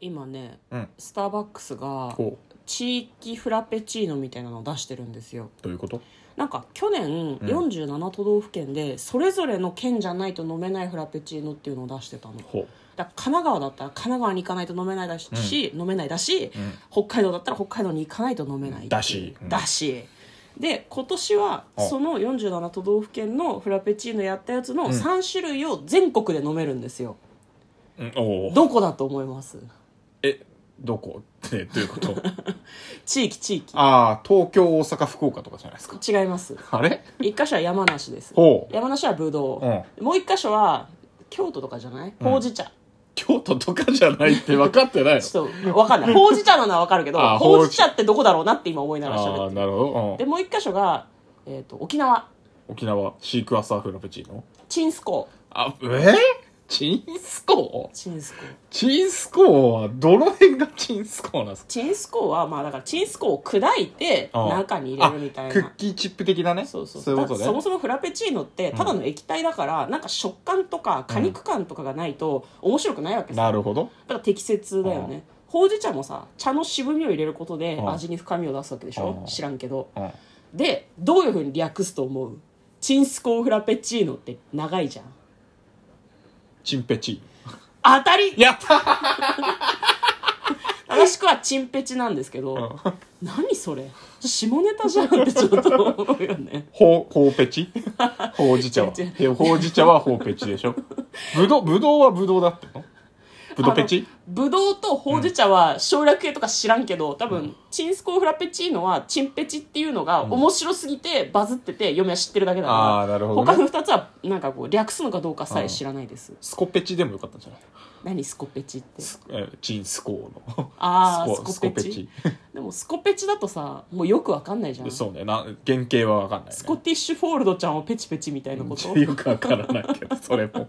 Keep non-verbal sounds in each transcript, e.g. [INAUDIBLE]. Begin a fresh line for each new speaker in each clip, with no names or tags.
今ね
うん
スターバックスが
お
地域フラペチーノみたいなのを出してるんですよ
どういうこと
なんか去年
ん
47都道府県でそれぞれの県じゃないと飲めないフラペチーノっていうのを出してたのだか
ほう
ら神奈川だったら神奈川に行かないと飲めないだし、飲めないだし、北海道だったら北海道に行かないと飲めないっていう
だしうん
だしで今年は
あ
その47都道府県のフラペチーノやったやつの3種類を全国で飲めるんですよ、
うんおお
どこだと思います
えどこってどういうこと
地域地域
[LAUGHS] ああ東京大阪福岡とかじゃないですか
違います
あれ
一箇所は山梨です
ほう
山梨はぶどう、もう一箇所は京都とかじゃないほうじ茶、
京都とかじゃないって分かって [LAUGHS] ないの
ちょっとわかんないほうじ茶なのはわかるけど
あ
ほうじ茶ってどこだろうなって今思いながら喋
あ
っ
あ
て
なるほど、
でもう一箇所が、えー、と沖縄
うん、沖縄シークワーサーフラペチーノ
チンスコ
あえー、チンス
ー
コー
チンスコー
チンスコーはどの辺がチンスコーなんですか
チンスコーはまあだからチンスコーを砕いて
ああ
中に入れるみたい
クッ
な
キーチップ的なね
そうそう
そういうこと
だ
ね
そもそもフラペチーノってただの液体だから、なんか食感とか果肉感とかがないと面白くないわけさ
なるほど
だから適切だよね、ほうじ茶もさ茶の渋みを入れることで
うん
味に深みを出すわけでしょ、
うん
知らんけど
うん
でどういうふうに略すと思うチンスコーフラペチーノって長いじゃん
チンペチ
当たり
やった
正しくはチンペチなんですけど、何それ下ネタじゃんってちょっと思うよね
ほう、ほう
[LAUGHS]
ペチほうじ茶は
違う違う。
えほうじ茶はほうペチで
[LAUGHS]
しょ。ぶどう、ぶどうはぶどうだってのぶどうペチ
あのぶどうとほうじ茶は省略系とか知らんけど、多分チンスコーフラペチーノはチンペチっていうのが面白すぎてバズってて嫁は知ってるだけだから
あーなるほどね
他の2つはなんかこう略すのかどうかさえ知らないです
スコペチでもよかったんじゃない
何スコペチって [LAUGHS]
スえチンスコーの。
あース
ス
コ
コ
ペ
ペ
チ
チ。
でもスコペチだとさもうよくわかんないじゃんス
そうね。な原型はわかんない、ね。
コティッシュフォールドちゃんをペチペチみたいなこと
[LAUGHS] よくわからないけど、それも。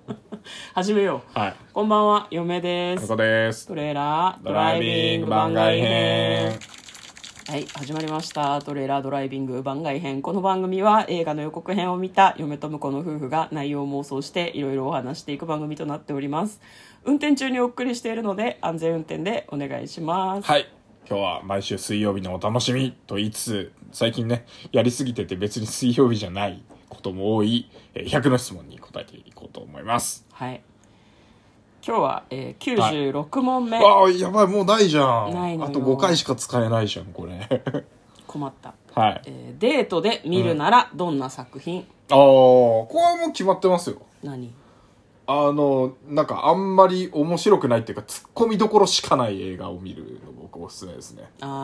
始めよう
はい。
こんばんは嫁で
こ
す
こです。
トレーラード
ドライビング番外編。
はい始まりましたトレーラードライビング番外編この番組は映画の予告編を見た嫁と婿の夫婦が内容を妄想していろいろお話していく番組となっております運転中にお送りしているので安全運転でお願いします、
はい。今日は毎週水曜日のお楽しみと言いつつ、最近ね、やりすぎてて別に水曜日じゃないことも多い、えー100の質問に答えていこうと思います。
はい、今日は、えー、96問目、
ああ、やばい、もうないじゃん。
ないのよ
あと5回しか使えないじゃん、
[LAUGHS]
これ。
困った、
はい。
えーデートで見るならどんな作品、
ああ、ここはもう決まってますよ。
何
あの、なんかあんまり面白くないっていうか、突っ込みどころしかない映画を見るの僕おすすめですね。
あ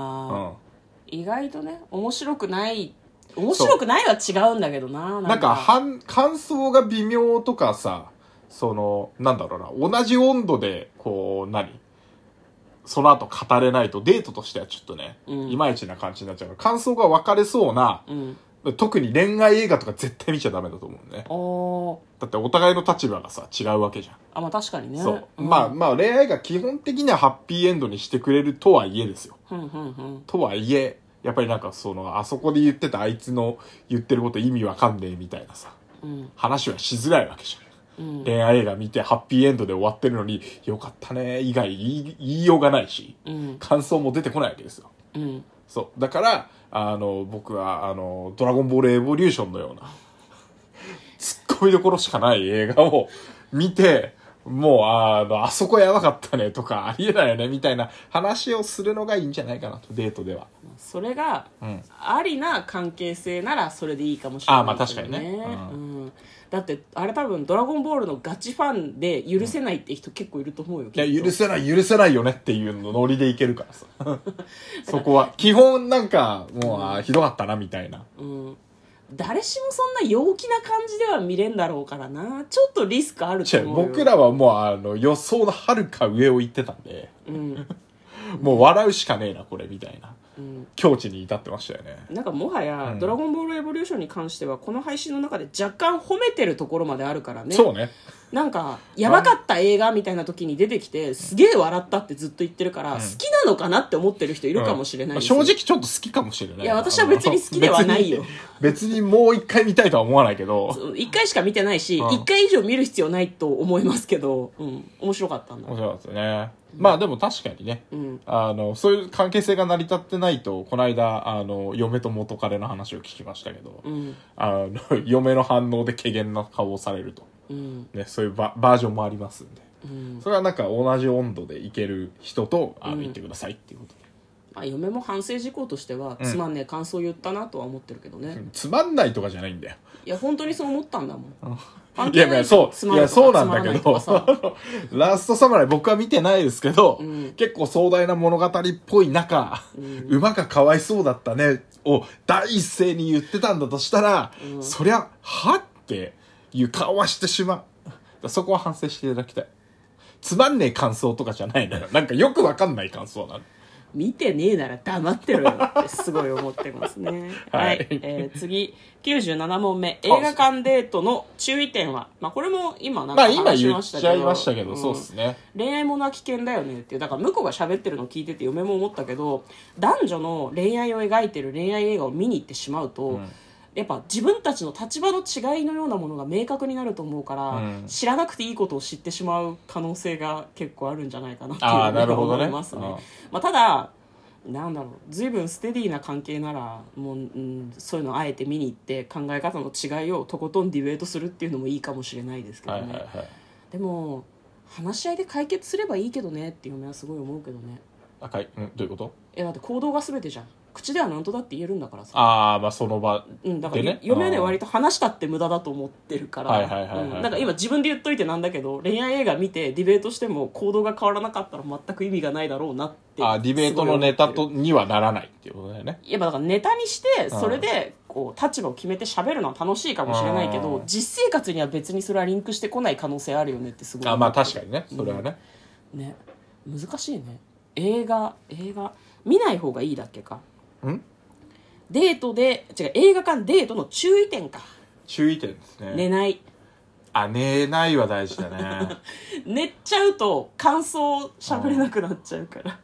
う
ー、
ん。
意外とね面白くない面白くないは違うんだけどな
なんか、はん、感想が微妙とかさ、その、なんだろうな、同じ温度で、こう、何その後語れないと、デートとしてはちょっとね、
うん
いまいちな感じになっちゃうから、感想が分かれそうな、
うん
特に恋愛映画とか絶対見ちゃダメだと思うね。
おー
だってお互いの立場がさ違うわけじゃん、
あまあ確かにね
そう、
ん
まあまあ恋愛が基本的にはハッピーエンドにしてくれるとはいえですよ
ふんふんふん
とはいえやっぱりなんかそのあそこで言ってたあいつの言ってること意味わかんねえみたいなさ
うん
話はしづらいわけじゃん、
うん
恋愛映画見てハッピーエンドで終わってるのによかったね以外言い言いようがないし
うん
感想も出てこないわけですよ
うん
そうだからあの僕はあの「ドラゴンボールエボリューション」のようなツッコミどころしかない映画を見てもうあのあそこやばかったねとかありえないよねみたいな話をするのがいいんじゃないかなとデートでは
それが
うん
ありな関係性ならそれでいいかもしれない
あまあ確かにね
けど
う
うんだってあれ多分「ドラゴンボール」のガチファンで許せないって人結構いると思うよ
いや許
せ
せない許せないよねっていうのノリでいけるからさ
[LAUGHS]
そこは基本なんかもうあーひどかったなみたいな
うん誰しもそんな陽気な感じでは見れんだろうからなちょっとリスクあると
違う
思うよ
僕らはもうあの予想のはるか上を行ってたんで
うん
もう笑うしかねえなこれみたいな
うん
境地に至ってましたよね
なんかもはや、ドラゴンボールエボリューション」に関してはこの配信の中で若干褒めてるところまであるからね
そうね
なんかやばかった映画みたいな時に出てきてすげえ笑ったってずっと言ってるから、
ん
好きなのかなって思ってる人いるかもしれないですよ
正直ちょっと好きかもしれない
いや私は別に好きではないよ
別に別にもう一回見たいとは思わない
[LAUGHS]
けど
そう一回しか見てないし、
うん
一回以上見る必要ないと思いますけど、うん、面白かったんだ
面白かったねまあでも確かにね、
うん
あのそういう関係性が成り立ってないとこの間あの嫁と元彼の話を聞きましたけど、
うん
あの [LAUGHS] 嫁の反応で怪げな顔をされると、
うん
ね、そういうババージョンもありますんで
うん
それはなんか同じ温度でいける人とあ
う
の
ん
行ってくださいっていうこと
まあ、嫁も反省事項としては、
うん
つまんねえ感想言ったなとは思ってるけどね、
で、つまんないとかじゃないんだよ
いや本当にそう思ったんだもん関
い
係
やい
ない
や
じゃん
そ
つ
う
ま
い
んな
や
いと
そう
か
な
つまらない
んだけ
と
ど
かさ
[LAUGHS] ラストサムライ僕は見てないですけど、
うん
結構壮大な物語っぽい中、馬がかわいそうだったねを第一声に言ってたんだとしたら、
うん
そりゃはっていう顔はしてしまうだからそこは反省していただきたいつまんねえ感想とかじゃないのよなんかよくわかんない感想なの
見てねえなら黙ってろよってすごい思ってますね
[LAUGHS] はい
はい、えー次97問目映画館デートの注意点は、まあ、これも今なん
まあ
か
今
話し
言
ま
っ
したけど
ちゃいましたけど、そうっ
ん
すね
恋愛ものは危険だよねっていうだから向こうが喋ってるの聞いてて嫁も思ったけど男女の恋愛を描いてる恋愛映画を見に行ってしまうと、
ん
やっぱ自分たちの立場の違いのようなものが明確になると思うから、
うん
知らなくていいことを知ってしまう可能性が結構あるんじゃないかなって
あー
い
な
うふう
る
に
ほどね
思いますね
あー
まあ、ただなんだろう随分ステディな関係ならもう、うん、そういうのをあえて見に行って考え方の違いをとことんディベートするっていうのもいいかもしれないですけど
は
ね、
いはいはい
でも話し合いで解決すればいいけどねって嫁はすごい思うけどね
赤い、うん、どういうこと
えだって行動が全てじゃん口では何とだって言えるんだからさ
ああまあその場
うん、だから、
でね
嫁はね
あー
割と話したって無駄だと思ってるから
はいはいはいはい
うんなんか今自分で言っといてなんだけど恋愛映画見てディベートしても行動が変わらなかったら全く意味がないだろうなって
あーディベートのネタとにはならないっていうことだよね
やっぱだからネタにしてそれでこう立場を決めて喋るのは楽しいかもしれないけど
うん
実生活には別にそれはリンクしてこない可能性あるよねってすごい
あまあ確かにねそれはね、
ね難しいね映画映画見ない方がいいだっけか
ん
デートで違う映画館デートの注意点か
注意点ですね
寝ない
あ寝ないは大事だ
[LAUGHS]
ね
寝ちゃうと感想喋れなくなっちゃうから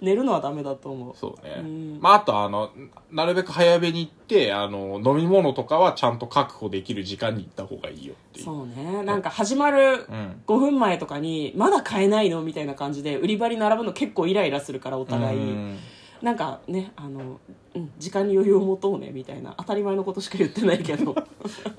寝るのはダメだと思う
そうね、
うん
まああとあのなるべく早めに行ってあの飲み物とかはちゃんと確保できる時間に行った方がいいよっていう
そうねなんか始まる
うん
5分前とかにまだ買えないのみたいな感じで売り場に並ぶの結構イライラするからお互い
うん
なんかねあの、うん、時間に余裕を持とうねみたいな当たり前のことしか言ってないけ
[LAUGHS]
ど
ま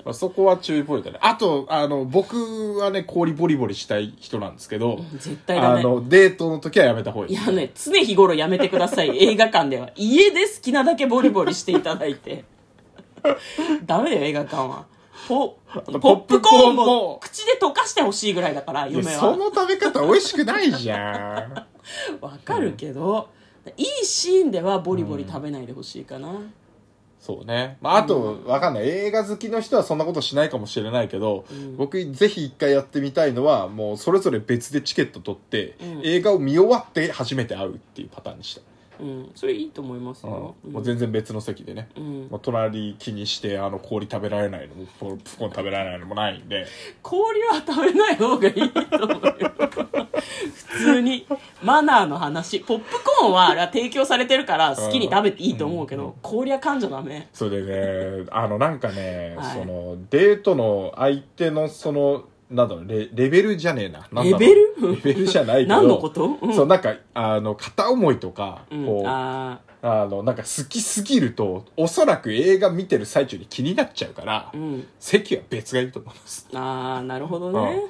あそこは注意ポイントねあとあの僕はね氷ボリボリしたい人なんですけど、
絶対ダ
あ
メ
のデートの時はやめた方がいい
いやね、常日頃やめてください。 [LAUGHS] 映画館では。家で好きなだけボリボリしていただいて。 [LAUGHS] ダメだよ、映画館は。ポ、ポップコー
と
ン
ポップコーン
も
も
口で溶かしてほしいぐらいだから、
いや
嫁
そ
は。
の食べ方美味しくないじゃん
わかるけど、いいシーンではボリボリ食べないでほしいかな。
そうね。まあ、あと、わかんない。映画好きの人はそんなことしないかもしれないけど、僕、ぜひ一回やってみたいのは、もう、それぞれ別でチケット取って、
うん
映画を見終わって初めて会うっていうパターンにし
うん。それいいと思います
た。うん
よ。うん
もう全然別の席でね。
うん
もう隣気にして、あの、氷食べられないのも、ポップコーン食べられないのもないんで。
氷は食べない方がいいと思うよ普通にマナーの話ポップコーンはあれは提供されてるから好きに食べていいと思うけど、氷は噛んじゃダメ
それでね、あの、なんかね、
はい
その、デートの相手の、その、なんだろうレ、レベルじゃねえな。なんだろう
レベル
レベルじゃないけど。
[LAUGHS] 何のこと、うん
そう、なんか、あの、片思いとか、
うん
こう、
あ
あの、なんか好きすぎると、おそらく映画見てる最中に気になっちゃうから、
ーうん
席は別がいいと思います。
あーなるほどね、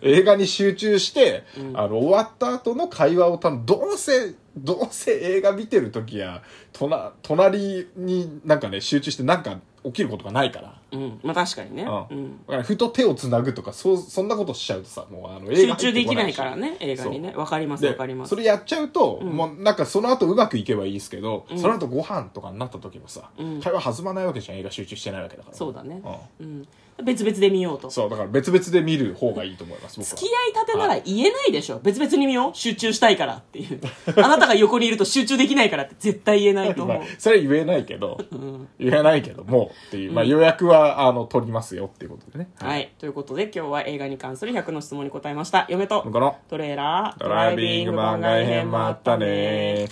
映画に集中して、
うん
あの、終わった後の会話をたどうせ、どうせ映画見てる時や、とな、隣になんかね、集中してなんか起きることがないから。
うんまあ確かにね、
う
うんん
だからふと手をつなぐとか、そう、そんなことしちゃうとさ、もうあの、映
集
画入
中
って
で
こ
き
な
ない
いし
からね映画にねわかりますわ
で
かりま
そ
す
れやっちゃうと、
うん
もうなんかその後うまくいけばいいですけど、その後ご飯とかになった時もさ、
うん
会話弾まないわけじゃん映画集中してないわけだから
そうだね
うん
うん、別々で見ようと付
そうだから別々で見る方がいいと思います僕は
き合いたてなら言えないでしょ別々に見よう集中したいからっていう [LAUGHS] あなたが横にいると集中できないからって絶対言えないと
まあ
思う、
それは言えないけど、
うん
言えないけどもっていう、まあ、予約はは、あの、撮りますよっていうことでね。。
はいい。ということで、今日は映画に関する100の質問に答えました。嫁と
この、
トレーラー、
ドライビング番外編もあったね